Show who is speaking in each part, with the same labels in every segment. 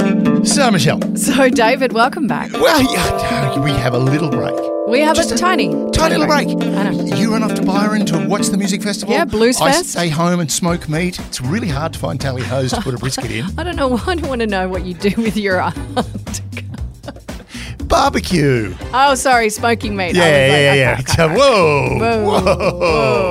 Speaker 1: are, Michelle.
Speaker 2: So, David, welcome back.
Speaker 1: Well, yeah, we have a little break.
Speaker 2: We have
Speaker 1: Just
Speaker 2: a
Speaker 1: a
Speaker 2: tiny,
Speaker 1: Tiny little break.
Speaker 2: I know.
Speaker 1: You run off to Byron to watch the music festival.
Speaker 2: Yeah, Blues
Speaker 1: I
Speaker 2: Fest.
Speaker 1: stay home and smoke meat. It's really hard to find tally hoes to put a brisket in.
Speaker 2: I don't know. I don't want to know what you do with your aunt.
Speaker 1: Barbecue.
Speaker 2: Oh, sorry, smoking meat. I was
Speaker 1: Yeah,
Speaker 2: like,
Speaker 1: yeah,
Speaker 2: okay,
Speaker 1: yeah.
Speaker 2: okay.
Speaker 1: So, whoa,
Speaker 2: Whoa,
Speaker 1: whoa,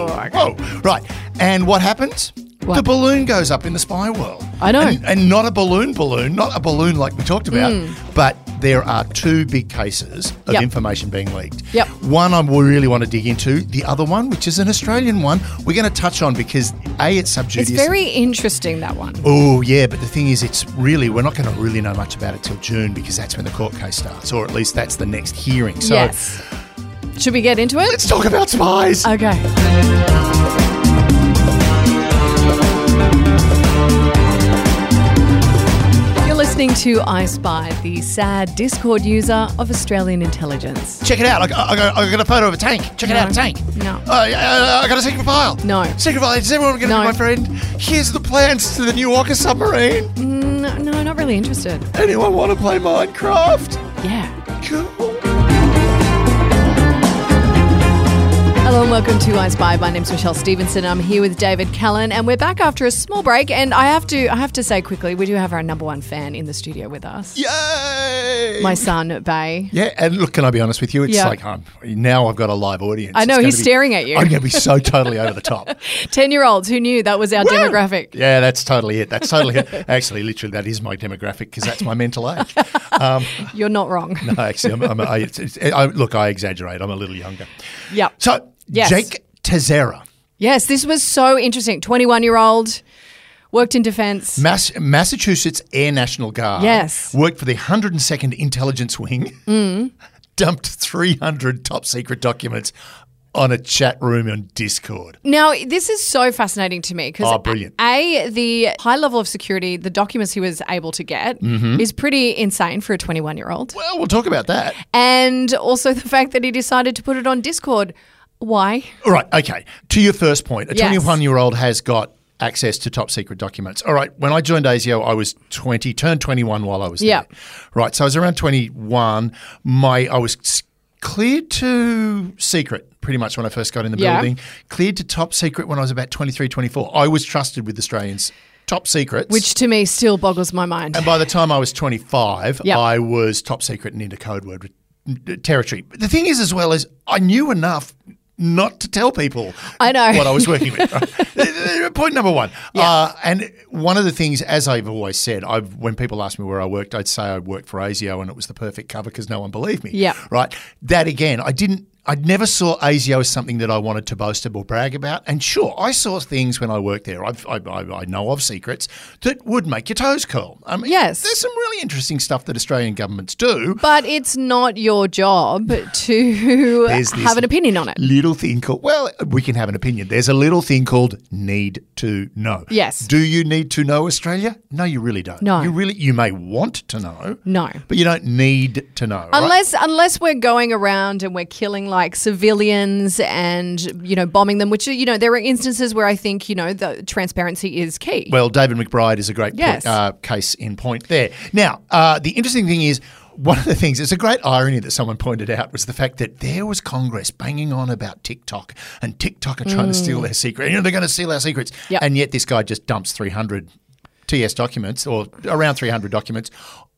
Speaker 2: whoa,
Speaker 1: whoa. Right. And what happens?
Speaker 2: What?
Speaker 1: The balloon goes up in the spy world.
Speaker 2: I know.
Speaker 1: And, and not a balloon balloon, not a balloon like we talked about, but there are two big cases of
Speaker 2: Hmm. Yep.
Speaker 1: information being leaked.
Speaker 2: Yep.
Speaker 1: One I really want to dig into, the other one, which is an Australian one, we're going to touch on because A, it's sub
Speaker 2: It's
Speaker 1: judice.
Speaker 2: very interesting that one.
Speaker 1: Oh yeah, but the thing is, it's really we're not going to really know much about it till June because that's when the court case starts, or at least that's the next hearing. So
Speaker 2: yes. Should we get into it?
Speaker 1: let's talk about spies.
Speaker 2: Okay. You're listening to I Spy, the sad Discord user of Australian intelligence.
Speaker 1: Check it out. I, I, I, got, I got a photo of a tank. Check it
Speaker 2: No.
Speaker 1: out, a tank. Uh,
Speaker 2: No.
Speaker 1: I, I, I got a secret file.
Speaker 2: No.
Speaker 1: Secret file. Is everyone going to
Speaker 2: No.
Speaker 1: be my friend? Here's the plans to the new Walker submarine.
Speaker 2: No, no, not really interested.
Speaker 1: Anyone want to play Minecraft?
Speaker 2: Yeah.
Speaker 1: Cool.
Speaker 2: Hello and welcome to I Spy. My name's Michelle Stevenson. I'm here with David Callan, and we're back after a small break. And I have to, I have to say quickly, we do have our number one fan in the studio with us,
Speaker 1: Yay!
Speaker 2: my son Bay.
Speaker 1: yeah, and look, can I be honest with you? It's
Speaker 2: Yeah.
Speaker 1: like I'm, now I've got a live audience.
Speaker 2: I know,
Speaker 1: It's gonna
Speaker 2: he's
Speaker 1: be-
Speaker 2: staring at you.
Speaker 1: I'm going to be so totally over the top.
Speaker 2: Ten-year-olds, who knew that was our demographic?
Speaker 1: Yeah, that's totally it. That's totally it. Actually, literally, that is my demographic because that's my mental age. Um,
Speaker 2: You're not wrong.
Speaker 1: no, actually, I'm, I'm, I, it's, it's, I, look, I exaggerate. I'm a little younger.
Speaker 2: Yep.
Speaker 1: So,
Speaker 2: Yes.
Speaker 1: Jake Tezera,
Speaker 2: Yes, this was so interesting. 21 year old, worked in defense.
Speaker 1: Mass- Massachusetts Air National Guard,
Speaker 2: Yes. Mm.
Speaker 1: worked for the 102nd Intelligence Wing, dumped 300 top secret documents on a chat room on Discord.
Speaker 2: Now, this is so fascinating to me because
Speaker 1: Oh, brilliant.
Speaker 2: A, the high level of security, the documents he was able to get
Speaker 1: Mm-hmm.
Speaker 2: is pretty insane for a 21 year old.
Speaker 1: Well, we'll talk about that.
Speaker 2: And also the fact that he decided to put it on Discord. Why?
Speaker 1: All right, okay. To your first point, a
Speaker 2: Yes.
Speaker 1: 21 year old has got access to top secret documents. All right, when I joined ASIO, I was 20, turned 21 while I was
Speaker 2: Yeah.
Speaker 1: there. Right, so I was around 21. My I was s- cleared to secret pretty much when I first got in the
Speaker 2: Yeah.
Speaker 1: building, cleared to top secret when I was about 23, 24. I was trusted with Australians' top secrets.
Speaker 2: Which to me still boggles my mind.
Speaker 1: And by the time I was 25,
Speaker 2: Yep.
Speaker 1: I was top secret and into code word territory. The thing is, as well, is I knew enough not to tell people
Speaker 2: I know.
Speaker 1: what I was working with. Point number one. Uh, and one of the things, as I've always said, I've, when people ask me where I worked, I'd say I worked for ASIO and it was the perfect cover because no one believed me.
Speaker 2: Yep.
Speaker 1: Right. That again, I didn't. I never saw ASIO as something that I wanted to boast or brag about. And sure, I saw things when I worked there. I've, I, I, I know of secrets that would make your toes curl. I mean,
Speaker 2: Yes.
Speaker 1: there's some really interesting stuff that Australian governments do.
Speaker 2: but it's not your job to
Speaker 1: There's this
Speaker 2: have an opinion on it.
Speaker 1: Little thing called, well, we can have an opinion. There's a little thing called need to know.
Speaker 2: Yes.
Speaker 1: Do you need to know Australia? No, you really don't.
Speaker 2: No.
Speaker 1: You really, you may want to know.
Speaker 2: No.
Speaker 1: But you don't need to know. right?
Speaker 2: Unless unless we're going around and we're killing like civilians and you know bombing them, which you know there are instances where I think you know the transparency is key.
Speaker 1: Well, David McBride is a great point,
Speaker 2: Yes.
Speaker 1: uh, case in point there. Now, uh, the interesting thing is, one of the things, it's a great irony that someone pointed out, was the fact that there was Congress banging on about TikTok and TikTok are trying to steal their secret. You know, they're going to steal our secrets.
Speaker 2: Mm. Yep.
Speaker 1: And yet this guy just dumps 300 TS documents or around 300 documents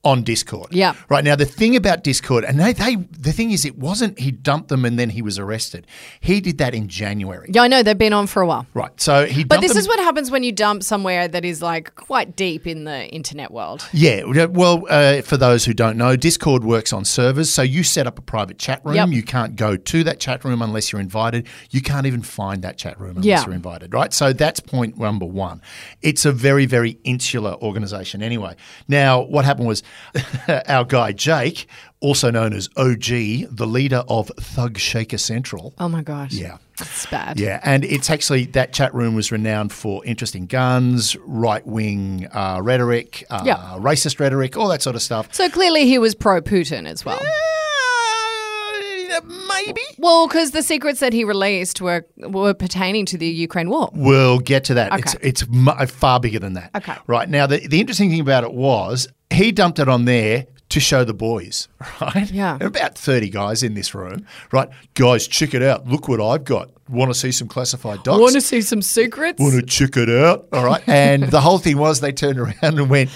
Speaker 1: on Discord.
Speaker 2: Yep.
Speaker 1: Right now, the thing about Discord, and they, they, the thing is, it wasn't he dumped them and then he was arrested. He did that in January.
Speaker 2: yeah, I know they've been on for a while.
Speaker 1: Right. So he dumped
Speaker 2: But this
Speaker 1: them-
Speaker 2: is what happens when you dump somewhere that is like quite deep in the internet world.
Speaker 1: Yeah, yeah, well, uh, for those who don't know, Discord works on servers. So you set up a private chat room.
Speaker 2: Yep.
Speaker 1: You can't go to that chat room unless you're invited. You can't even find that chat room unless
Speaker 2: Yeah.
Speaker 1: you're invited, right? So that's point number one. It's a very, very insular organization anyway. Now, what happened was our guy, Jake, also known as OG, the leader of Thug Shaker Central.
Speaker 2: Oh my gosh.
Speaker 1: Yeah.
Speaker 2: It's bad.
Speaker 1: Yeah, and it's actually that chat room was renowned for interesting guns, right wing uh, rhetoric, uh,
Speaker 2: Yeah.
Speaker 1: racist rhetoric, all that sort of stuff.
Speaker 2: So clearly he was pro Putin as well.
Speaker 1: Uh, maybe.
Speaker 2: Well, because the secrets that he released were were pertaining to the Ukraine war.
Speaker 1: We'll get to that.
Speaker 2: Okay.
Speaker 1: It's it's mu- uh, far bigger than that.
Speaker 2: Okay.
Speaker 1: Right now, the, the interesting thing about it was he dumped it on there to show the boys, right?
Speaker 2: Yeah.
Speaker 1: There are about 30 guys in this room, right? Guys, check it out. Look what I've got. Want to see some classified docs?
Speaker 2: Want to see some secrets?
Speaker 1: want to check it out. All right. And the whole thing was they turned around and went,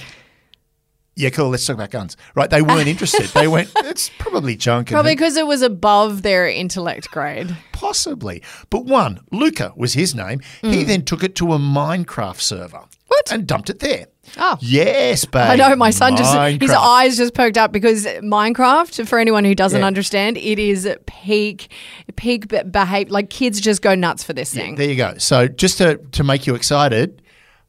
Speaker 1: yeah, cool. Let's talk about guns. Right. They weren't interested. They went, it's probably junk. and
Speaker 2: Probably because it was above their intellect grade.
Speaker 1: Possibly. But one, Luca was his name. He then took it to a Minecraft server.
Speaker 2: Hmm. What?
Speaker 1: And dumped it there.
Speaker 2: Oh.
Speaker 1: Yes, babe.
Speaker 2: I know my son just his
Speaker 1: Minecraft.
Speaker 2: eyes just poked up because Minecraft. For anyone who doesn't understand, it is peak, peak be- behave. Like kids just go nuts for this thing.
Speaker 1: There you go. So just to, to make you excited,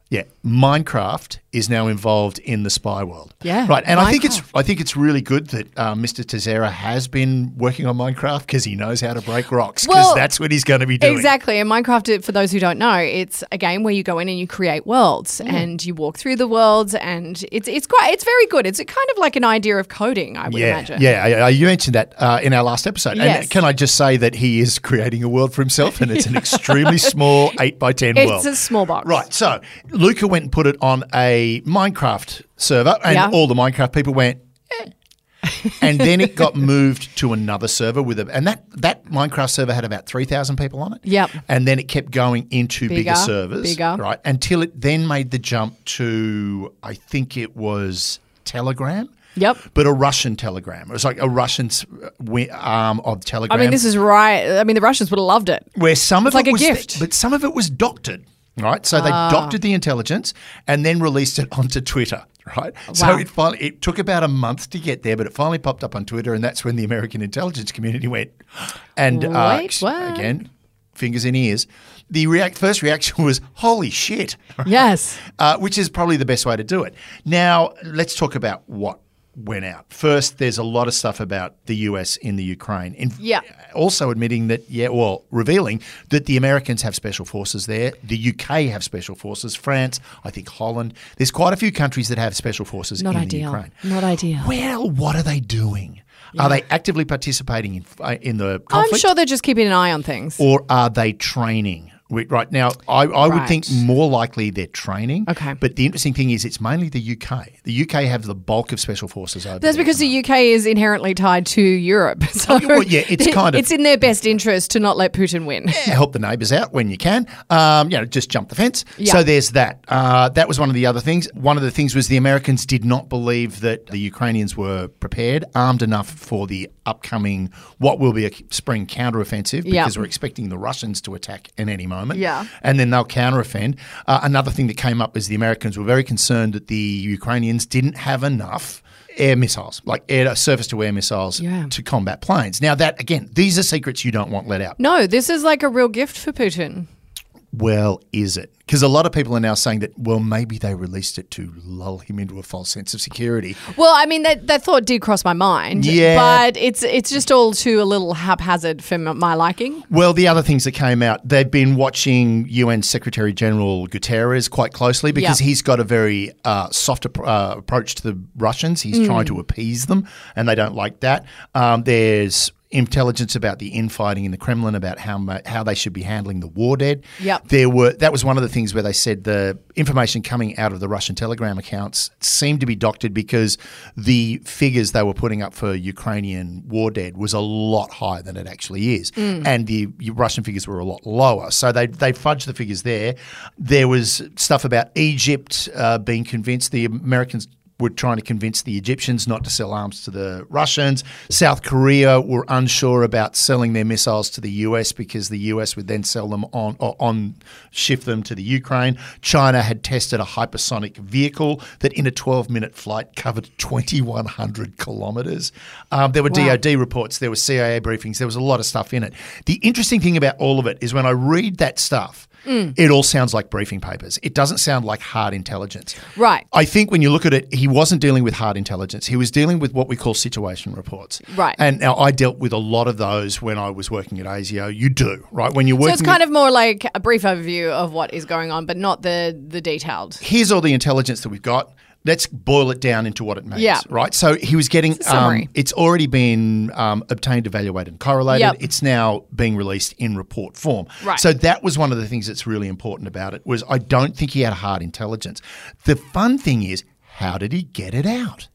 Speaker 1: yeah, Minecraft is now involved in the spy world.
Speaker 2: Yeah,
Speaker 1: right. And I think it's I think it's really good that uh, Mr. Tezera has been working on Minecraft because he knows how to break rocks because
Speaker 2: Well,
Speaker 1: that's what he's going to be doing.
Speaker 2: Exactly. And Minecraft, it- for those who don't know, it's a game where you go in and you create worlds and you walk through the worlds and it's it's quite it's very good. It's kind of like an idea of coding, I would
Speaker 1: Yeah,
Speaker 2: imagine.
Speaker 1: yeah. I- I- You mentioned that uh, in our last episode.
Speaker 2: Yes.
Speaker 1: And can I just say that he is creating a world for himself, and it's an extremely small eight by ten
Speaker 2: It's
Speaker 1: world.
Speaker 2: a small box.
Speaker 1: Right. So Luca went and put it on a Minecraft server, and
Speaker 2: Yeah.
Speaker 1: all the Minecraft people went. Eh. and then it got moved to another server with a, and that that Minecraft server had about three thousand people on it.
Speaker 2: Yep.
Speaker 1: And then it kept going into bigger,
Speaker 2: Bigger,
Speaker 1: servers,
Speaker 2: bigger.
Speaker 1: right? Until it then made the jump to, I think it was Telegram.
Speaker 2: Yep.
Speaker 1: But a Russian telegram. It was like a Russian s- wi- arm of
Speaker 2: I
Speaker 1: telegram
Speaker 2: mean, this is right. I mean, the Russians would have loved it.
Speaker 1: where some of
Speaker 2: like
Speaker 1: it
Speaker 2: a
Speaker 1: was
Speaker 2: gift. Ah.
Speaker 1: but some of it was doctored, right? So they doctored the intelligence and then released it onto Twitter, right? So
Speaker 2: Wow.
Speaker 1: it finally it took about a month to get there, but it finally popped up on Twitter, and that's when the American intelligence community went and uh,
Speaker 2: Wait,
Speaker 1: ex-
Speaker 2: what?
Speaker 1: again. Fingers in ears. The react first reaction was "Holy shit!"
Speaker 2: Yes.
Speaker 1: uh, which is probably the best way to do it. Now, let's talk about what went out. First, there's a lot of stuff about the US in the Ukraine. In,
Speaker 2: Yeah.
Speaker 1: Also admitting that, yeah, well, revealing that the Americans have special forces there, the UK have special forces, France, I think Holland. There's quite a few countries that have special forces
Speaker 2: Not
Speaker 1: in the
Speaker 2: ideal.
Speaker 1: Ukraine.
Speaker 2: Not ideal.
Speaker 1: Well, what are they doing? Are they actively participating in, uh, in the conflict?
Speaker 2: I'm sure they're just keeping an eye on things.
Speaker 1: or are they training? We- Right now, I, I would think
Speaker 2: Right.
Speaker 1: more likely they're training.
Speaker 2: Okay.
Speaker 1: But the interesting thing is, it's mainly the UK. The UK have the bulk of special forces over.
Speaker 2: That's
Speaker 1: there.
Speaker 2: because the UK is inherently tied to Europe. So
Speaker 1: Oh, well, yeah, it's kind of-
Speaker 2: it's in their best interest to not let Putin win.
Speaker 1: Yeah, help the neighbours out when you can. Um, you know, just jump the fence.
Speaker 2: Yeah.
Speaker 1: So there's that. Uh, that was one of the other things. One of the things was the Americans did not believe that the Ukrainians were prepared, armed enough for the upcoming what will be a spring counteroffensive
Speaker 2: Yeah.
Speaker 1: because we're expecting the Russians to attack in any moment.
Speaker 2: Yeah.
Speaker 1: and then they'll counteroffend. Uh, another thing that came up is the Americans were very concerned that the Ukrainians didn't have enough air missiles, like air surface to air missiles,
Speaker 2: Yeah.
Speaker 1: to combat planes. Now that again, these are secrets you don't want let out.
Speaker 2: No, this is like a real gift for Putin.
Speaker 1: Well, is it? Because a lot of people are now saying that, well, maybe they released it to lull him into a false sense of security.
Speaker 2: Well, I mean, that, that thought did cross my mind.
Speaker 1: Yeah.
Speaker 2: But it's it's just all too a little haphazard for m- my liking.
Speaker 1: Well, the other things that came out, they've been watching UN Secretary General Guterres quite closely because
Speaker 2: Yeah.
Speaker 1: he's got a very uh, soft appro uh, approach to the Russians. He's trying to appease them, and they don't like that. Um, there's intelligence about the infighting in the Kremlin about how mu- how they should be handling the war dead.
Speaker 2: Yep.
Speaker 1: There were that was one of the things where they said the information coming out of the Russian telegram accounts seemed to be doctored because the figures they were putting up for Ukrainian war dead was a lot higher than it actually is, and the Russian figures were a lot lower. So they they fudged the figures there. There was stuff about Egypt uh, being convinced the Americans. Were trying to convince the Egyptians not to sell arms to the Russians. South Korea were unsure about selling their missiles to the US because the US would then sell them on or on shift them to the Ukraine. China had tested a hypersonic vehicle that, in a 12-minute flight, covered 2,100 kilometers. Um, there were
Speaker 2: Wow.
Speaker 1: DoD reports, there were CIA briefings, there was a lot of stuff in it. The interesting thing about all of it is when I read that stuff.
Speaker 2: Mm.
Speaker 1: It all sounds like briefing papers. It doesn't sound like hard intelligence.
Speaker 2: Right.
Speaker 1: I think when you look at it, he wasn't dealing with hard intelligence. He was dealing with what we call situation reports.
Speaker 2: Right.
Speaker 1: And now I dealt with a lot of those when I was working at ASIO. You do, right? When you're
Speaker 2: So
Speaker 1: working.
Speaker 2: it's kind of more like a brief overview of what is going on, but not the, the detailed.
Speaker 1: here's all the intelligence that we've got. Let's boil it down into what it means.
Speaker 2: Yeah.
Speaker 1: Right. So he was getting.
Speaker 2: a summary.
Speaker 1: um, it's already been um, obtained, evaluated, and correlated.
Speaker 2: Yep.
Speaker 1: It's now being released in report form.
Speaker 2: Right.
Speaker 1: So that was one of the things that's really important about it was I don't think he had hard intelligence. The fun thing is. How did he get it out?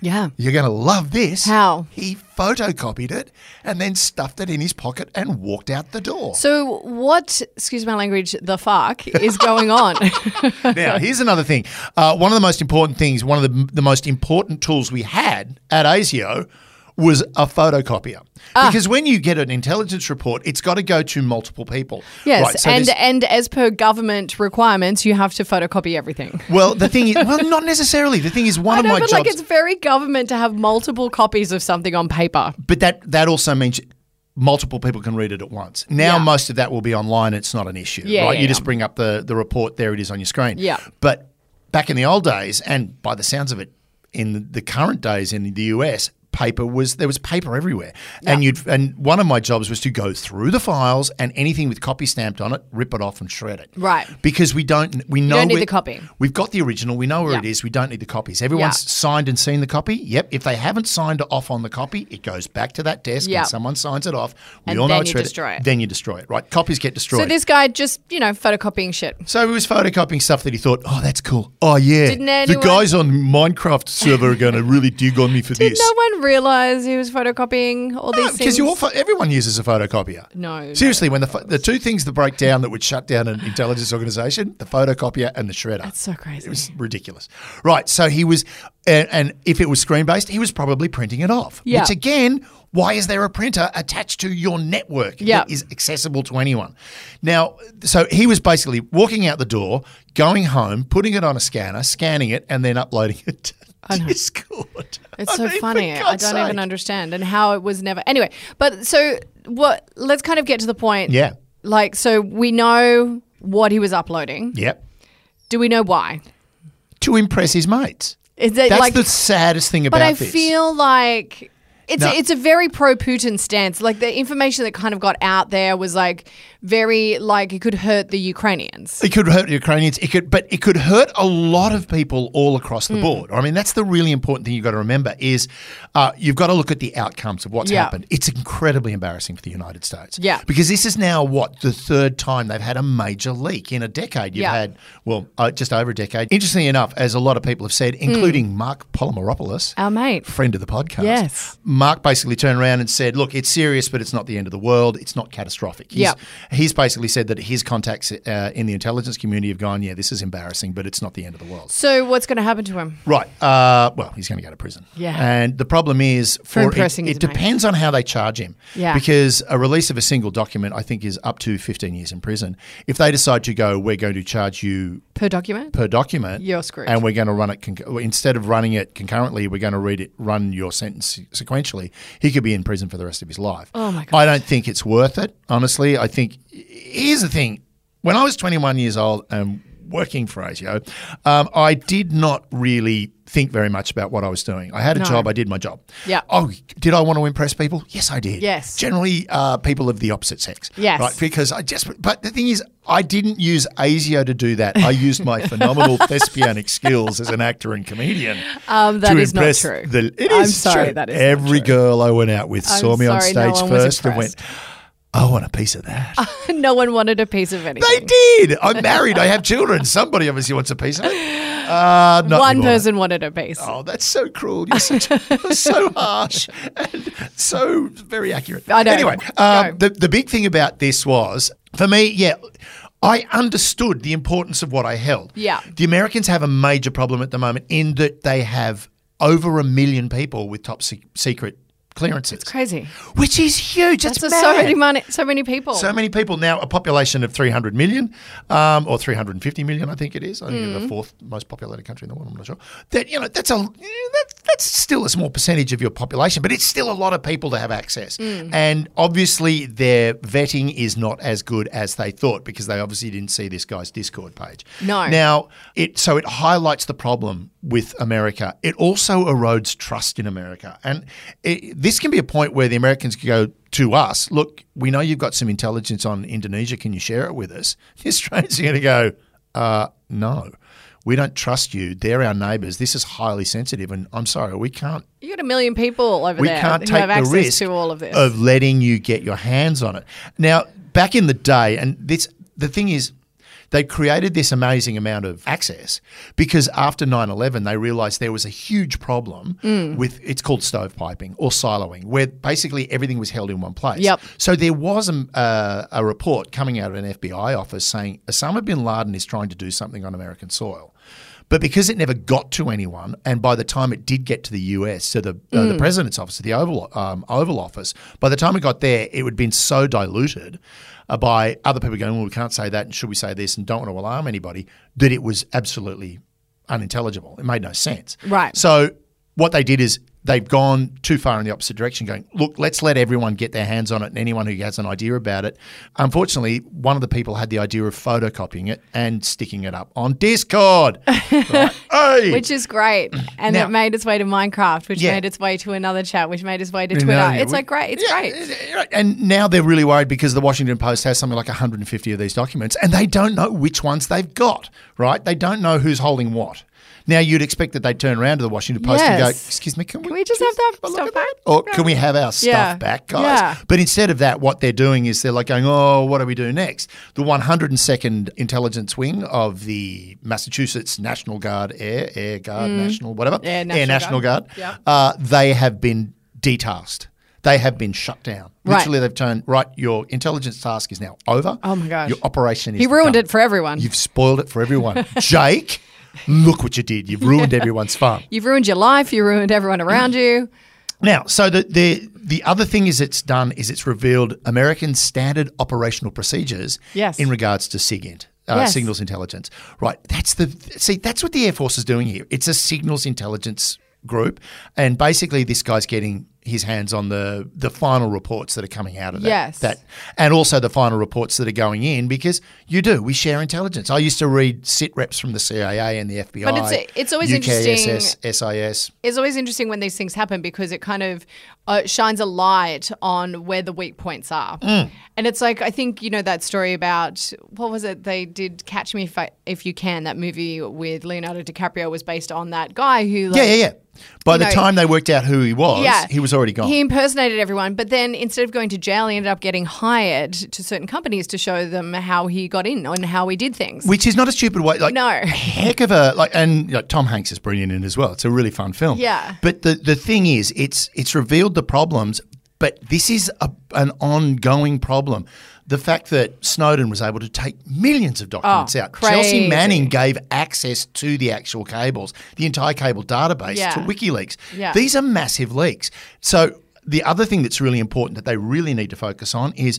Speaker 2: Yeah.
Speaker 1: You're going to love this.
Speaker 2: How?
Speaker 1: He photocopied it and then stuffed it in his pocket and walked out the door.
Speaker 2: So what? Excuse my language. The fuck is going on?
Speaker 1: now, here's another thing. Uh, one of the most important things, one of the, the most important tools we had at ASIO was a photocopier.
Speaker 2: Ah.
Speaker 1: Because when you get an intelligence report, it's got to go to multiple people.
Speaker 2: Yes,
Speaker 1: Right, so
Speaker 2: and
Speaker 1: this-
Speaker 2: and as per government requirements, you have to photocopy everything.
Speaker 1: well, the thing is, well, not necessarily. The thing is, one
Speaker 2: I
Speaker 1: of
Speaker 2: know,
Speaker 1: my
Speaker 2: but
Speaker 1: jobs.
Speaker 2: like it's very government to have multiple copies of something on paper.
Speaker 1: but that that also means multiple people can read it at once. Now
Speaker 2: Yeah.
Speaker 1: most of that will be online. It's not an issue,
Speaker 2: Yeah,
Speaker 1: right?
Speaker 2: yeah,
Speaker 1: you just
Speaker 2: yeah.
Speaker 1: bring up the the report. There it is on your screen.
Speaker 2: Yeah.
Speaker 1: But back in the old days, and by the sounds of it, in the current days in the US. Paper was there was paper everywhere, and you'd and one of my jobs was to go through the files and anything with copy stamped on it, rip it off and shred it.
Speaker 2: Right.
Speaker 1: because we don't we know
Speaker 2: don't need
Speaker 1: it-
Speaker 2: the copy.
Speaker 1: We've got the original. We know where
Speaker 2: Yeah.
Speaker 1: it is. We don't need the copies. Everyone's
Speaker 2: Yeah.
Speaker 1: signed and seen the copy. Yep. If they haven't signed off on the copy, it goes back to that desk
Speaker 2: Yeah.
Speaker 1: and someone signs it off. We
Speaker 2: And
Speaker 1: all know
Speaker 2: then
Speaker 1: it's
Speaker 2: you
Speaker 1: shredded.
Speaker 2: destroy it.
Speaker 1: Then you destroy it, right? Copies get destroyed.
Speaker 2: So this guy just you know photocopying shit.
Speaker 1: So he was photocopying stuff that he thought, oh, that's cool. Oh, yeah.
Speaker 2: Didn't
Speaker 1: the
Speaker 2: anyone-
Speaker 1: guys on Minecraft server are going to really dig on me for
Speaker 2: Did
Speaker 1: this.
Speaker 2: no one realize he was photocopying all these
Speaker 1: because
Speaker 2: things?
Speaker 1: you all pho- everyone uses a photocopier.
Speaker 2: No,
Speaker 1: Seriously, when the pho- the two things that break down that would shut down an intelligence organization, the photocopier and the shredder.
Speaker 2: That's so crazy.
Speaker 1: It was ridiculous. Right. So he was, and, and if it was screen based, he was probably printing it off.
Speaker 2: Yeah.
Speaker 1: Which again, why is there a printer attached to your network
Speaker 2: Yeah.
Speaker 1: that is accessible to anyone? Now, so he was basically walking out the door, going home, putting it on a scanner, scanning it, and then uploading it to Discord.
Speaker 2: It's
Speaker 1: I
Speaker 2: so
Speaker 1: mean, for
Speaker 2: funny. I
Speaker 1: God's
Speaker 2: don't
Speaker 1: sake.
Speaker 2: even understand and how it was never. Anyway, but so what? Let's kind of get to the point.
Speaker 1: Yeah.
Speaker 2: Like, so we know what he was uploading.
Speaker 1: Yep.
Speaker 2: Do we know why?
Speaker 1: To impress his mates.
Speaker 2: Is that
Speaker 1: That's
Speaker 2: like?
Speaker 1: the saddest thing about
Speaker 2: but I
Speaker 1: this.
Speaker 2: feel like it's
Speaker 1: No.
Speaker 2: a, it's a very pro Putin stance. Like the information that kind of got out there was like very like it could hurt the Ukrainians.
Speaker 1: It could hurt Ukrainians. It could, but it could hurt a lot of people all across
Speaker 2: Hmm.
Speaker 1: the board. I mean, that's the really important thing you've got to remember is uh, you've got to look at the outcomes of what's
Speaker 2: Yeah.
Speaker 1: happened. It's incredibly embarrassing for the United States.
Speaker 2: Yeah.
Speaker 1: because this is now what the third time they've had a major leak in a decade. You've
Speaker 2: Yeah.
Speaker 1: had well, uh, just over a decade. Interestingly enough, as a lot of people have said, including
Speaker 2: Hmm.
Speaker 1: Mark Polymeropoulos,
Speaker 2: Our mate.
Speaker 1: friend of the podcast.
Speaker 2: Yes.
Speaker 1: Mark basically turned around and said, Look, it's serious, but it's not the end of the world. It's not catastrophic. He's, he's basically said that his contacts uh, in the intelligence community have gone, Yeah, this is embarrassing, but it's not the end of the world.
Speaker 2: So what's going to happen to him?
Speaker 1: Right. Uh, well, he's going to go to prison.
Speaker 2: Yeah.
Speaker 1: And the problem is, for it-
Speaker 2: impressing
Speaker 1: it,
Speaker 2: his mates.
Speaker 1: depends on how they charge him.
Speaker 2: Yeah.
Speaker 1: Because a release of a single document, I think, is up to 15 years in prison. If they decide to go, we're going to charge you
Speaker 2: Per document?
Speaker 1: per document.
Speaker 2: You're screwed.
Speaker 1: And we're going to run it conc- instead of running it concurrently. We're going to read it, run your sentence sequentially. He could be in prison for the rest of his life.
Speaker 2: Oh, my
Speaker 1: I don't think it's worth it. Honestly, I think here's the thing: when I was 21 years old and working for ASIO, um, I did not really think very much about what I was doing. I had a
Speaker 2: No.
Speaker 1: job. I did my job.
Speaker 2: Yeah.
Speaker 1: Oh, did I want to impress people? Yes, I did.
Speaker 2: Yes.
Speaker 1: Generally, uh, people of the opposite sex.
Speaker 2: Yes.
Speaker 1: Right because I just. But the thing is, I didn't use ASIO to do that. I used my phenomenal thespianic skills as an actor and comedian.
Speaker 2: Um, that
Speaker 1: to
Speaker 2: is not
Speaker 1: impress
Speaker 2: true.
Speaker 1: The, it
Speaker 2: I'm
Speaker 1: is
Speaker 2: sorry,
Speaker 1: true.
Speaker 2: that is not
Speaker 1: every
Speaker 2: true.
Speaker 1: girl I went out with saw
Speaker 2: I'm
Speaker 1: me on
Speaker 2: sorry,
Speaker 1: stage
Speaker 2: no one was
Speaker 1: first and went,
Speaker 2: impressed.
Speaker 1: "I want a piece of that."
Speaker 2: no one wanted a piece of anything.
Speaker 1: they did. I'm married. I have children. Somebody obviously wants a piece of it. Uh, not
Speaker 2: One
Speaker 1: anymore.
Speaker 2: person wanted a piece.
Speaker 1: Oh, that's so cruel. You're such, you're so harsh and so very accurate.
Speaker 2: I know.
Speaker 1: Anyway,
Speaker 2: Go.
Speaker 1: um, the, the big thing about this was for me, yeah, I understood the importance of what I held.
Speaker 2: Yeah.
Speaker 1: The Americans have a major problem at the moment in that they have over a million people with top se- secret clearances,
Speaker 2: Crazy.
Speaker 1: which is huge. That's,
Speaker 2: That's just so
Speaker 1: mad.
Speaker 2: many money, so many people.
Speaker 1: So many people now, a population of 300 million um, or 350 million, I think it is. I think it's the fourth most populated country in the world. I'm not sure. That you know, that's a that, that's still a small percentage of your population, but it's still a lot of people to have access. And obviously, their vetting is not as good as they thought because they obviously didn't see this guy's Discord page.
Speaker 2: No.
Speaker 1: Now it so it highlights the problem with America. It also erodes trust in America, and it, this can be a point where the Americans could go to us. Look, we know you've got some intelligence on Indonesia. Can you share it with us? The Australians are going to go, uh, no. We don't trust you. They're our neighbours. This is highly sensitive, and I'm sorry, we can't
Speaker 2: you got a million people over
Speaker 1: we
Speaker 2: there
Speaker 1: can't
Speaker 2: who
Speaker 1: take
Speaker 2: have
Speaker 1: the
Speaker 2: access
Speaker 1: risk
Speaker 2: to all of this.
Speaker 1: of letting you get your hands on it. Now, back in the day, and this the thing is, They created this amazing amount of access because after 9 11, they realized there was a huge problem
Speaker 2: Mm.
Speaker 1: with it's called stovepiping or siloing, where basically everything was held in one place.
Speaker 2: Yep.
Speaker 1: So there was a, uh, a report coming out of an FBI office saying Osama bin Laden is trying to do something on American soil. But because it never got to anyone, and by the time it did get to the US, to the, uh, the president's office, to the Oval, um, Oval Office, by the time it got there, it had been so diluted uh, by other people going, well, we can't say that, and should we say this, and don't want to alarm anybody, that it was absolutely unintelligible. It made no sense.
Speaker 2: Right.
Speaker 1: So what they did is they've gone too far in the opposite direction, going, look, let's let everyone get their hands on it and anyone who has an idea about it. Unfortunately, one of the people had the idea of photocopying it and sticking it up on Discord. Right. Hey!
Speaker 2: Which is great. And
Speaker 1: Now-
Speaker 2: it made its way to Minecraft, which
Speaker 1: Yeah.
Speaker 2: made its way to another chat, which made its way to
Speaker 1: You
Speaker 2: Twitter.
Speaker 1: know,
Speaker 2: it's
Speaker 1: we-
Speaker 2: like great. It's
Speaker 1: Yeah,
Speaker 2: great.
Speaker 1: yeah, right. And now they're really worried because the Washington Post has something like 150 of these documents and they don't know which ones they've got, right? They don't know who's holding what. Now you'd expect that they'd turn around to the Washington Post and go,
Speaker 2: Yes.
Speaker 1: "Excuse me, can,
Speaker 2: Can we just have that
Speaker 1: a look
Speaker 2: stuff
Speaker 1: at that?
Speaker 2: back?"
Speaker 1: Or can we have our stuff
Speaker 2: Yeah.
Speaker 1: back, guys?
Speaker 2: Yeah.
Speaker 1: But instead of that, what they're doing is they're like going, "Oh, what do we do next?" The 102nd Intelligence Wing of the Massachusetts National Guard Air Air Guard National whatever
Speaker 2: Yeah,
Speaker 1: Air
Speaker 2: Mm. National
Speaker 1: National Guard,
Speaker 2: Guard. Yeah.
Speaker 1: uh, they have been detasked. They have been shut down.
Speaker 2: Right.
Speaker 1: Literally, they've turned right. Your intelligence task is now over.
Speaker 2: Oh my gosh.
Speaker 1: Your operation is.
Speaker 2: He ruined
Speaker 1: done.
Speaker 2: it for everyone. You've,
Speaker 1: You've spoiled it for everyone, Jake. Look what you did. You've ruined everyone's fun.
Speaker 2: ruined your life. You ruined everyone around you.
Speaker 1: Now, so the, the the other thing is it's done is it's revealed American standard operational procedures
Speaker 2: Yes.
Speaker 1: in regards to SIGINT. Uh,
Speaker 2: Yes.
Speaker 1: Signals intelligence, right? That's the see. That's what the Air Force is doing here. It's a signals intelligence group, and basically, this guy's getting his hands on the the final reports that are coming out of that.
Speaker 2: Yes.
Speaker 1: that and also the final reports that are going in because you do. We share intelligence. I used to read sit reps from the CIA and the FBI.
Speaker 2: it's- it's always
Speaker 1: UKSS,
Speaker 2: interesting-
Speaker 1: SIS.
Speaker 2: It's always interesting when these things happen because it kind of uh, shines a light on where the weak points are.
Speaker 1: Mm.
Speaker 2: And it's like, I think, you know, that story about what was it? They did Catch Me If, I, if You Can. That movie with Leonardo DiCaprio was based on that guy who, like,
Speaker 1: Yeah, yeah, yeah. By the
Speaker 2: know-
Speaker 1: time they worked out who he was,
Speaker 2: Yeah.
Speaker 1: he was already gone.
Speaker 2: He impersonated everyone, but then instead of going to jail, he ended up getting hired to certain companies to show them how he got in and how he did things.
Speaker 1: which is not a stupid way. Like,
Speaker 2: No.
Speaker 1: heck of a like, and like, Tom Hanks is brilliant in it as well. It's a really fun film.
Speaker 2: Yeah.
Speaker 1: But the the thing is, it's it's revealed the problems, but this is a, an ongoing problem. The fact that Snowden was able to take millions of documents
Speaker 2: Oh,
Speaker 1: out,
Speaker 2: crazy.
Speaker 1: Chelsea Manning gave access to the actual cables, the entire cable database
Speaker 2: Yeah.
Speaker 1: to WikiLeaks.
Speaker 2: Yeah.
Speaker 1: These are massive leaks. So the other thing that's really important that they really need to focus on is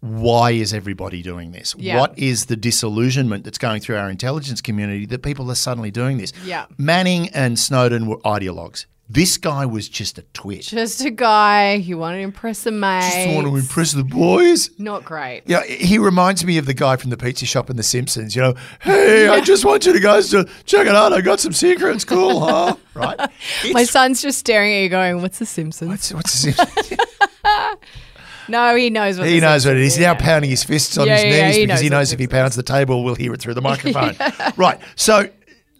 Speaker 1: why is everybody doing this?
Speaker 2: Yeah.
Speaker 1: What is the disillusionment that's going through our intelligence community that people are suddenly doing this?
Speaker 2: Yeah.
Speaker 1: Manning and Snowden were ideologues. This guy was just a twit. Just
Speaker 2: Just a guy who wanted to impress a mate.
Speaker 1: want to impress the boys.
Speaker 2: Not great.
Speaker 1: Yeah, he reminds me of the guy from the pizza shop in The Simpsons. You know, hey, I just want you to guys to check it out. I got some secrets. Cool, huh? Right?
Speaker 2: My
Speaker 1: It's-
Speaker 2: son's just staring at you, going, "What's the Simpsons?"
Speaker 1: what's, what's the Simpsons?
Speaker 2: No, he knows what
Speaker 1: He
Speaker 2: the
Speaker 1: knows what
Speaker 2: Simpsons
Speaker 1: it is. He's now pounding his fists on
Speaker 2: Yeah,
Speaker 1: his
Speaker 2: yeah, yeah,
Speaker 1: knees
Speaker 2: he
Speaker 1: because he
Speaker 2: knows what
Speaker 1: knows if he pounds the table, we'll hear it through the microphone. Right. So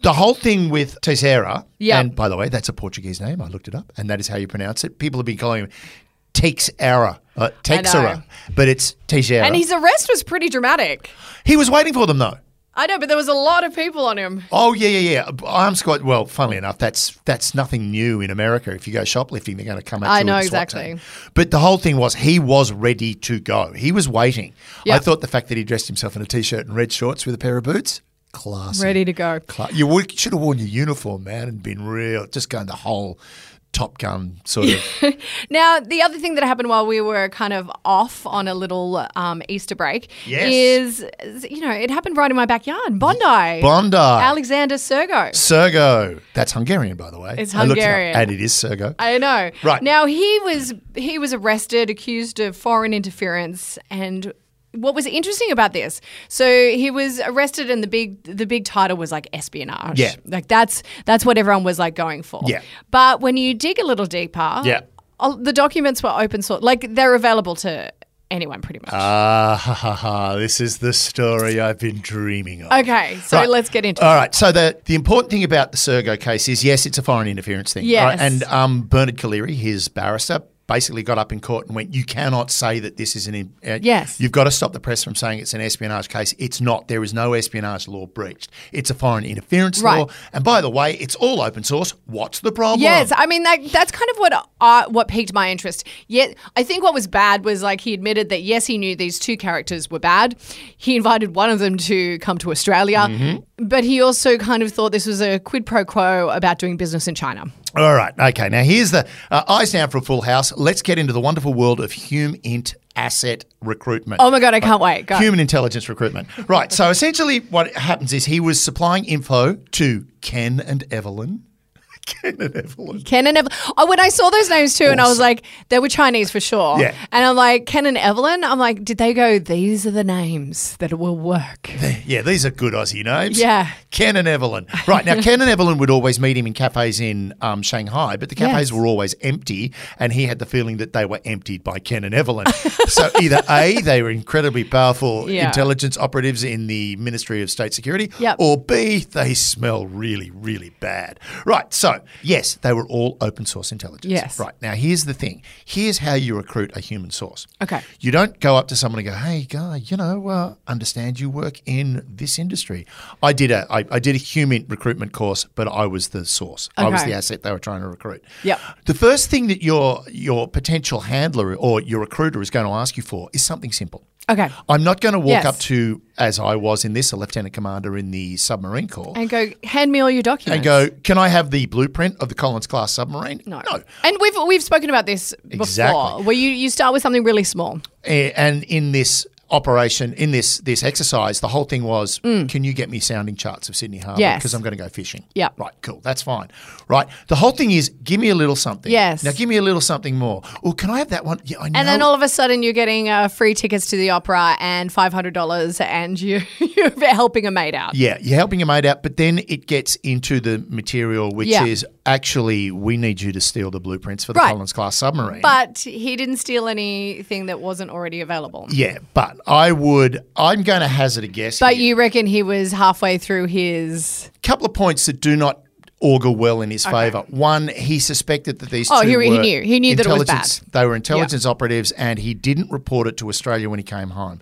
Speaker 1: the whole thing with Teixeira,
Speaker 2: Yeah.
Speaker 1: and by the way, that's a Portuguese name. I looked it up, and that is how you pronounce it. People have been calling him Teixeira, uh, Teixeira, but it's Teixeira.
Speaker 2: And his arrest was pretty dramatic.
Speaker 1: he was waiting for them though.
Speaker 2: I know, but there was a lot of people on him.
Speaker 1: Oh yeah, yeah, yeah. Armed squad. Well, funnily enough, that's that's nothing new in America. If you go shoplifting, they're going to come at you.
Speaker 2: I
Speaker 1: with
Speaker 2: know
Speaker 1: a SWAT
Speaker 2: exactly.
Speaker 1: team. But the whole thing was he was ready to go. He was waiting.
Speaker 2: Yeah.
Speaker 1: I thought the fact that he dressed himself in a t-shirt and red shorts with a pair of boots, classy.
Speaker 2: Ready to go.
Speaker 1: Cla- you would, should have worn your uniform, man, and been real. Just going the whole Top Gun sort of.
Speaker 2: Now, the other thing that happened while we were kind of off on a little um, Easter break
Speaker 1: Yes.
Speaker 2: is, is, you know, it happened right in my backyard, Bondi.
Speaker 1: Bondi.
Speaker 2: Alexander Sergo.
Speaker 1: Sergo. That's Hungarian, by the way.
Speaker 2: It's
Speaker 1: I looked it up,
Speaker 2: Hungarian.
Speaker 1: and it is Sergo.
Speaker 2: I know.
Speaker 1: Right.
Speaker 2: Now he was he was arrested accused of foreign interference and what was interesting about this? So he was arrested and the big the big title was like espionage.
Speaker 1: Yeah.
Speaker 2: Like that's that's what everyone was like going for.
Speaker 1: Yeah.
Speaker 2: But when you dig a little deeper,
Speaker 1: Yeah.
Speaker 2: all- the documents were open source. Like they're available to anyone pretty much.
Speaker 1: Ah, ha, ha, ha. This is the story I've been dreaming of.
Speaker 2: okay. So
Speaker 1: Right.
Speaker 2: let's get into it.
Speaker 1: All right. So the the important thing about the Sergo case is yes, it's a foreign interference thing.
Speaker 2: Yes.
Speaker 1: And um, Bernard Kaliri, his barrister, basically got up in court and went, "You cannot say that this is an uh,
Speaker 2: Yes.
Speaker 1: You've got to stop the press from saying it's an espionage case. It's not. There is no espionage law breached. It's a foreign interference
Speaker 2: Right.
Speaker 1: law. And by the way, it's all open source. What's the problem?
Speaker 2: Yes, I mean that, that's kind of what uh, what piqued my interest. Yet I think what was bad was like he admitted that yes, he knew these two characters were bad. He invited one of them to come to Australia,
Speaker 1: Mm-hmm.
Speaker 2: but he also kind of thought this was a quid pro quo about doing business in China.
Speaker 1: All right. Okay. Now here's the uh, eyes down for a full house. Let's get into the wonderful world of Hume Int asset recruitment.
Speaker 2: Oh my god, I can't wait. Go.
Speaker 1: Human intelligence recruitment. Right. So essentially, what happens is he was supplying info to Ken and Evelyn. Ken and Evelyn.
Speaker 2: Ken and Evelyn. Oh, when I saw those names too, and I was
Speaker 1: Awesome.
Speaker 2: like, they were Chinese for sure.
Speaker 1: Yeah.
Speaker 2: And I'm like, Ken and Evelyn. I'm like, did they go? These are the names that will work.
Speaker 1: Yeah, these are good Aussie names.
Speaker 2: Yeah.
Speaker 1: Ken and Evelyn. Right. Now, Ken and Evelyn would always meet him in cafes in um, Shanghai, but the cafes
Speaker 2: Yes.
Speaker 1: were always empty, and he had the feeling that they were emptied by Ken and Evelyn. so either A, they were incredibly powerful
Speaker 2: Yeah.
Speaker 1: intelligence operatives in the Ministry of State Security,
Speaker 2: Yep.
Speaker 1: or B, they smell really, really bad. Right. So, yes, they were all open source intelligence.
Speaker 2: Yes.
Speaker 1: Right. Now, here's the thing here's how you recruit a human source.
Speaker 2: Okay.
Speaker 1: You don't go up to someone and go, "Hey, guy, you know, uh, understand you work in this industry." I did a I, I did a human recruitment course, but I was the source. I was
Speaker 2: Okay.
Speaker 1: the asset they were trying to recruit.
Speaker 2: Yep.
Speaker 1: The first thing that your your potential handler or your recruiter is going to ask you for is something simple.
Speaker 2: Okay.
Speaker 1: I'm not going to walk
Speaker 2: Yes.
Speaker 1: up to as I was in this, a lieutenant commander in the submarine corps,
Speaker 2: And go hand me all your documents.
Speaker 1: and go, "Can I have the blueprint of the Collins class submarine?"
Speaker 2: No.
Speaker 1: No.
Speaker 2: And we've we've spoken about this before,
Speaker 1: Exactly.
Speaker 2: where you, you start with something really small.
Speaker 1: A- Eh, and in this operation in this this exercise the whole thing was can you get me sounding charts of sydney harbour
Speaker 2: Mm. Yes.
Speaker 1: because i'm going to go fishing
Speaker 2: Yeah.
Speaker 1: right cool that's fine right the whole thing is give me a little something
Speaker 2: Yes.
Speaker 1: now give me a little something more oh can i have that one yeah i know
Speaker 2: And then all of a sudden you're getting uh, free tickets to the opera and $500 and you, you're helping a mate out.
Speaker 1: yeah, you're helping your mate out, but then it gets into the material, which
Speaker 2: Yeah.
Speaker 1: is actually we need you to steal the blueprints for the
Speaker 2: Right.
Speaker 1: Collins class submarine.
Speaker 2: But he didn't steal anything that wasn't already available.
Speaker 1: yeah, but I would, I'm going to hazard a guess.
Speaker 2: But
Speaker 1: here.
Speaker 2: you reckon he was halfway through his.
Speaker 1: couple of points that do not augur well in his favour. One, he suspected that these
Speaker 2: Oh,
Speaker 1: two
Speaker 2: he- he
Speaker 1: were
Speaker 2: knew. He knew that it was
Speaker 1: intelligence- They were intelligence operatives, and he didn't report it to Australia when he came home.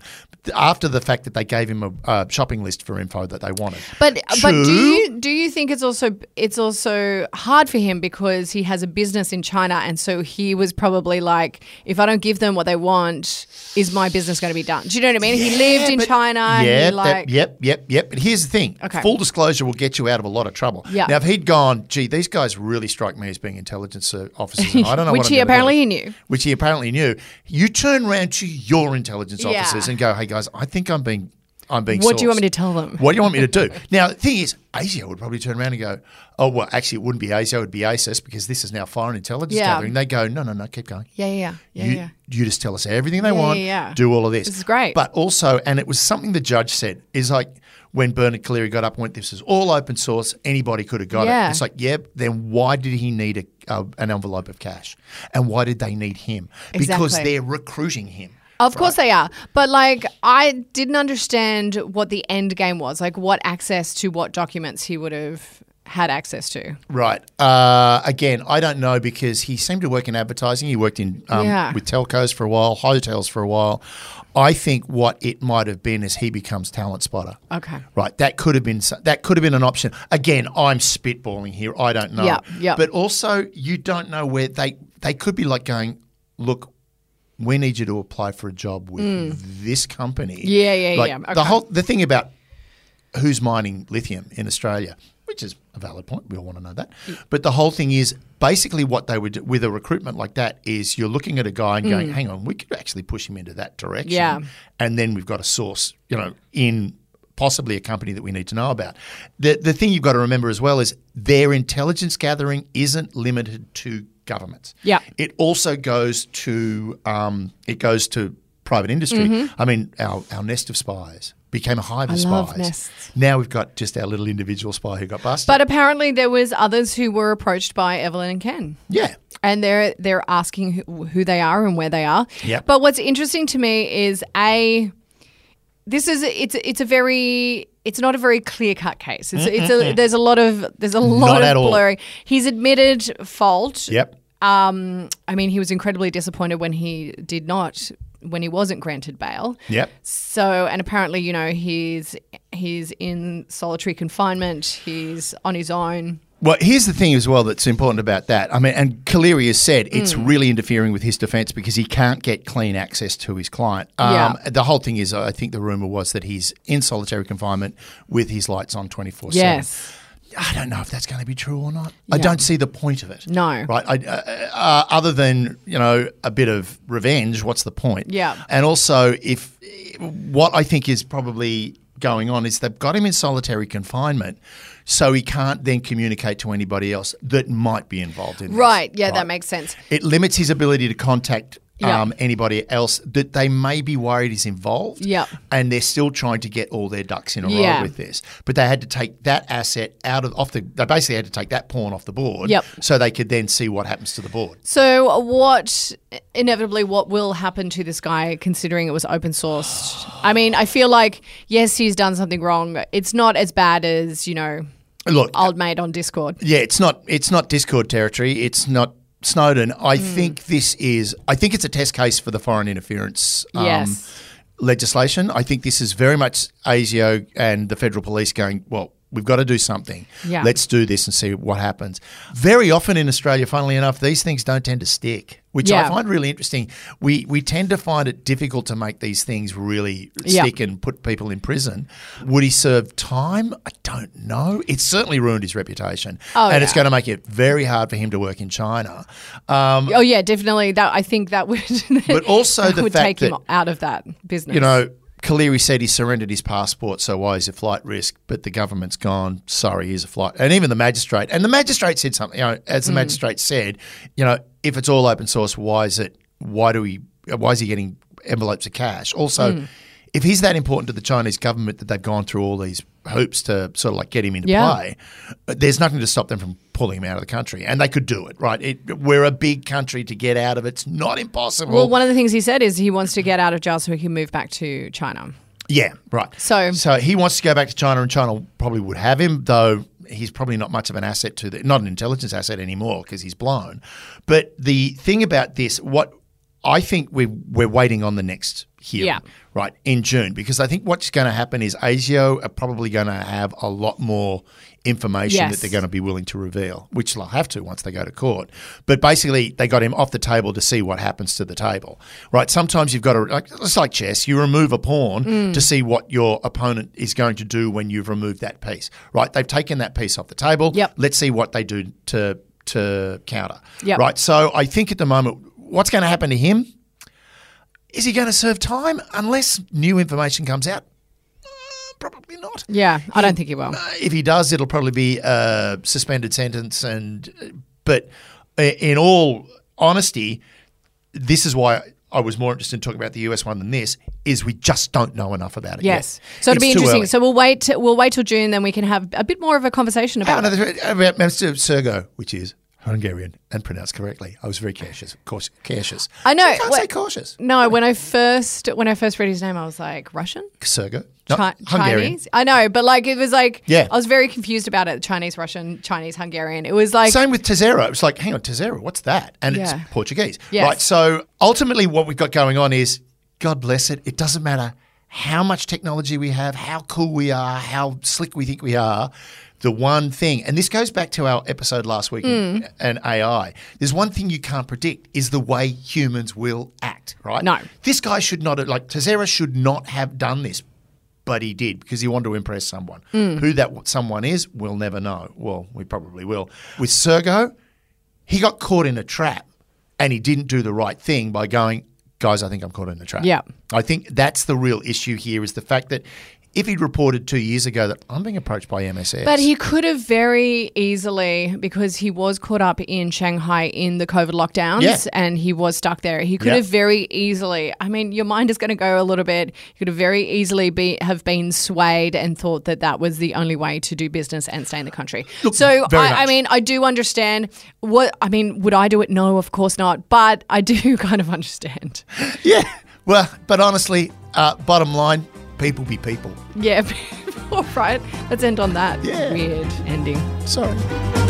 Speaker 1: After the fact that they gave him a uh, shopping list for info that they wanted.
Speaker 2: But but do
Speaker 1: Two.
Speaker 2: you do you think it's also it's also hard for him because he has a business in China and so he was probably like if I don't give them what they want is my business going to be done? Do you know what I mean? he lived in
Speaker 1: but-
Speaker 2: China. and
Speaker 1: Yeah,
Speaker 2: he like,
Speaker 1: yep, yep, yep. But here's the thing:
Speaker 2: Okay.
Speaker 1: full disclosure will get you out of a lot of trouble.
Speaker 2: Yeah.
Speaker 1: Now, if he'd gone, gee, these guys really strike me as being intelligence uh, officers, and I don't know,
Speaker 2: Which
Speaker 1: what I'm
Speaker 2: he
Speaker 1: gonna do."
Speaker 2: apparently he knew.
Speaker 1: which he apparently knew. You turn round to your intelligence
Speaker 2: Yeah.
Speaker 1: officers and go, "Hey guys, I think I'm being, I'm being."
Speaker 2: What do you want me
Speaker 1: sourced.
Speaker 2: to tell them?
Speaker 1: What do you want me to do? now the thing is, ASIO would probably turn around and go, "Oh well, actually, it wouldn't be ASIO; it'd be ASIS because this is now foreign intelligence
Speaker 2: Yeah.
Speaker 1: gathering." They go, "No, no, no, keep going."
Speaker 2: Yeah, yeah, yeah,
Speaker 1: you,
Speaker 2: yeah.
Speaker 1: you just tell us everything they
Speaker 2: yeah,
Speaker 1: want.
Speaker 2: yeah.
Speaker 1: Do all of this. This
Speaker 2: is great.
Speaker 1: But also, and it was something the judge said is like when Bernard Cleary got up and went, "This is all open source. Anybody could have got
Speaker 2: Yeah.
Speaker 1: it." It's like, yeah. Then why did he need a, a, an envelope of cash, and why did they need him? Because
Speaker 2: Exactly.
Speaker 1: they're recruiting him.
Speaker 2: Of course they are. But like I didn't understand what the end game was, like what access to what documents he would have had access to.
Speaker 1: Right. Uh, again, I don't know because he seemed to work in advertising. He worked in um,
Speaker 2: Yeah.
Speaker 1: with telcos for a while, hotels for a while. I think what it might have been is he becomes talent spotter.
Speaker 2: Okay.
Speaker 1: Right. That could have been so- that could have been an option. Again, I'm spitballing here. I don't know.
Speaker 2: Yeah, yeah.
Speaker 1: But also, you don't know where they they could be like going. Look, we need you to apply for a job with this company.
Speaker 2: Mm. Yeah, yeah,
Speaker 1: like,
Speaker 2: yeah.
Speaker 1: The
Speaker 2: Okay.
Speaker 1: whole the thing about who's mining lithium in Australia, which is a valid point. We all want to know that.
Speaker 2: Mm.
Speaker 1: But the whole thing is basically what they would do with a recruitment like that is you're looking at a guy and going, hang on, we could actually push him into that direction.
Speaker 2: Mm. Yeah.
Speaker 1: And then we've got a source, you know, in possibly a company that we need to know about. The, the thing you've got to remember as well is their intelligence gathering isn't limited to governments.
Speaker 2: Yeah.
Speaker 1: It also goes to um, it goes to private industry. I mean, our, our nest of spies became a hive of
Speaker 2: Mm-hmm. I love
Speaker 1: spies.
Speaker 2: nests.
Speaker 1: Now we've got just our little individual spy who got busted.
Speaker 2: But apparently there was others who were approached by Evelyn and Ken.
Speaker 1: yeah,
Speaker 2: and they're they're asking who, who they are and where they are.
Speaker 1: Yep.
Speaker 2: But what's interesting to me is a this is it's it's a very it's not a very clear cut case. It's, it's a, there's a lot of there's a lot
Speaker 1: Not at
Speaker 2: of
Speaker 1: all.
Speaker 2: blurring. He's admitted fault.
Speaker 1: Yep.
Speaker 2: Um, I mean, he was incredibly disappointed when he did not, when he wasn't granted bail.
Speaker 1: Yep.
Speaker 2: So, and apparently, you know, he's he's in solitary confinement. He's on his own.
Speaker 1: Well, here's the thing as well that's important about that. I mean, and Kaleri has said it's
Speaker 2: Mm.
Speaker 1: really interfering with his defense because he can't get clean access to his client. Um,
Speaker 2: Yeah.
Speaker 1: The whole thing is, I think the rumor was that he's in solitary confinement with his lights on 24
Speaker 2: Yes.
Speaker 1: 7. I don't know if that's going to be true or not. I don't see the point of it.
Speaker 2: No.
Speaker 1: Right. I, uh, uh, other than, you know, a bit of revenge, what's the point?
Speaker 2: Yeah.
Speaker 1: And also, if what I think is probably going on is they've got him in solitary confinement, so he can't then communicate to anybody else that might be involved in this.
Speaker 2: Right. Yeah, that makes sense.
Speaker 1: It limits his ability to contact.
Speaker 2: Yeah.
Speaker 1: Um, anybody else that they may be worried is involved,
Speaker 2: Yeah.
Speaker 1: and they're still trying to get all their ducks in a
Speaker 2: Yeah.
Speaker 1: row with this. But they had to take that asset out of off the. They basically had to take that pawn off the board,
Speaker 2: Yep.
Speaker 1: so they could then see what happens to the board.
Speaker 2: So, what inevitably what will happen to this guy, considering it was open sourced? I mean, I feel like yes, he's done something wrong. It's not as bad as you know,
Speaker 1: Look,
Speaker 2: old mate on Discord.
Speaker 1: Yeah, it's not it's not Discord territory. It's not Snowden. I
Speaker 2: Hmm.
Speaker 1: think this is. I think it's a test case for the foreign interference. Um,
Speaker 2: Yes.
Speaker 1: Legislation. I think this is very much ASIO and the federal police going. Well, we've got to do something.
Speaker 2: Yeah.
Speaker 1: Let's do this and see what happens. Very often in Australia, funnily enough, these things don't tend to stick, which I
Speaker 2: Yeah.
Speaker 1: find really interesting. We we tend to find it difficult to make these things really
Speaker 2: Yeah.
Speaker 1: stick and put people in prison. Would he serve time? I don't know. It's certainly ruined his reputation,
Speaker 2: Oh,
Speaker 1: and it's
Speaker 2: yeah.
Speaker 1: going to make it very hard for him to work in China. Um,
Speaker 2: Oh yeah, definitely. That I think that would.
Speaker 1: but also
Speaker 2: that
Speaker 1: the
Speaker 2: would
Speaker 1: fact
Speaker 2: take
Speaker 1: that
Speaker 2: him out of that business.
Speaker 1: you know. Kaleri said he surrendered his passport, so why is a flight risk? But the government's gone, sorry, here's a flight. And even the magistrate, and the magistrate said something, you know, as the magistrate said, you know, if it's all open source, why is it, why do we, why is he getting envelopes of cash? Also, if he's that important to the Chinese government that they've gone through all these hoops to sort of like get him into
Speaker 2: Yeah.
Speaker 1: play, uh, there's nothing to stop them from pulling him out of the country. And they could do it, right? It, we're a big country to get out of. It's not impossible.
Speaker 2: Well, one of the things he said is he wants to get out of jail so he can move back to China.
Speaker 1: Yeah, right.
Speaker 2: So-
Speaker 1: so he wants to go back to China, and China probably would have him, though he's probably not much of an asset to the, not an intelligence asset anymore because he's blown. But the thing about this, what I think we we're waiting on the next hearing,
Speaker 2: Yeah.
Speaker 1: right in June, because I think what's going to happen is ASIO are probably going to have a lot more information
Speaker 2: Yes.
Speaker 1: that they're going to be willing to reveal, which they'll have to once they go to court. But basically, they got him off the table to see what happens to the table, right? Sometimes you've got to, like, it's like chess, you remove a pawn
Speaker 2: Mm.
Speaker 1: to see what your opponent is going to do when you've removed that piece, right? They've taken that piece off the table.
Speaker 2: Yep.
Speaker 1: Let's see what they do to to counter,
Speaker 2: Yep.
Speaker 1: right? So I think at the moment, what's going to happen to him? Is he going to serve time unless new information comes out? Uh, Probably not.
Speaker 2: Yeah, I don't think he will.
Speaker 1: Uh, if he does, it'll probably be a suspended sentence. And but i- in all honesty, this is why I was more interested in talking about the US one than this. Is we just don't know enough about it.
Speaker 2: Yes.
Speaker 1: yet.
Speaker 2: So it'll
Speaker 1: It's
Speaker 2: be
Speaker 1: too
Speaker 2: interesting.
Speaker 1: early.
Speaker 2: So we'll wait. We'll wait till June, then we can have a bit more of a conversation
Speaker 1: Oh,
Speaker 2: about it.
Speaker 1: another about Mr. Sergo, which is Hungarian and pronounced correctly. I was very cautious. Cautious. cautious.
Speaker 2: I know.
Speaker 1: I can't say
Speaker 2: Wait.
Speaker 1: cautious.
Speaker 2: No, when I first when I first read his name, I was like Russian,
Speaker 1: Sergo.
Speaker 2: Chi-
Speaker 1: No, Hungarian.
Speaker 2: Chinese. I know, but like it was like
Speaker 1: Yeah.
Speaker 2: I was very confused about it. Chinese, Russian, Chinese, Hungarian. It was like
Speaker 1: Same with Tezera. It was like, hang on, Tezera, what's that? And
Speaker 2: Yeah.
Speaker 1: it's Portuguese.
Speaker 2: Yes.
Speaker 1: Right. So ultimately, what we've got going on is, God bless it, it doesn't matter how much technology we have, how cool we are, how slick we think we are. The one thing, and this goes back to our episode last week
Speaker 2: Mm.
Speaker 1: in- and AI, there's one thing you can't predict is the way humans will act, right?
Speaker 2: No.
Speaker 1: This guy should not, have- like, Tezera should not have done this. But he did because he wanted to impress someone.
Speaker 2: Mm.
Speaker 1: Who that someone is, we'll never know. Well, we probably will. With Sergo, he got caught in a trap and he didn't do the right thing by going, guys, I think I'm caught in a trap.
Speaker 2: Yeah.
Speaker 1: I think that's the real issue here is the fact that if he'd reported two years ago that I'm being approached by MSS.
Speaker 2: But he could have very easily, because he was caught up in Shanghai in the COVID lockdowns
Speaker 1: Yeah.
Speaker 2: and he was stuck there. He could
Speaker 1: Yeah.
Speaker 2: have very easily, I mean, your mind is going to go a little bit. He could have very easily be, have been swayed and thought that that was the only way to do business and stay in the country. so,
Speaker 1: very
Speaker 2: I, I
Speaker 1: much.
Speaker 2: mean, I do understand what, I mean, would I do it? No, of course not. But I do kind of understand.
Speaker 1: yeah. Well, but honestly, uh, bottom line, people be people.
Speaker 2: Yeah. All right. Let's end on that
Speaker 1: Yeah.
Speaker 2: weird ending.
Speaker 1: Sorry.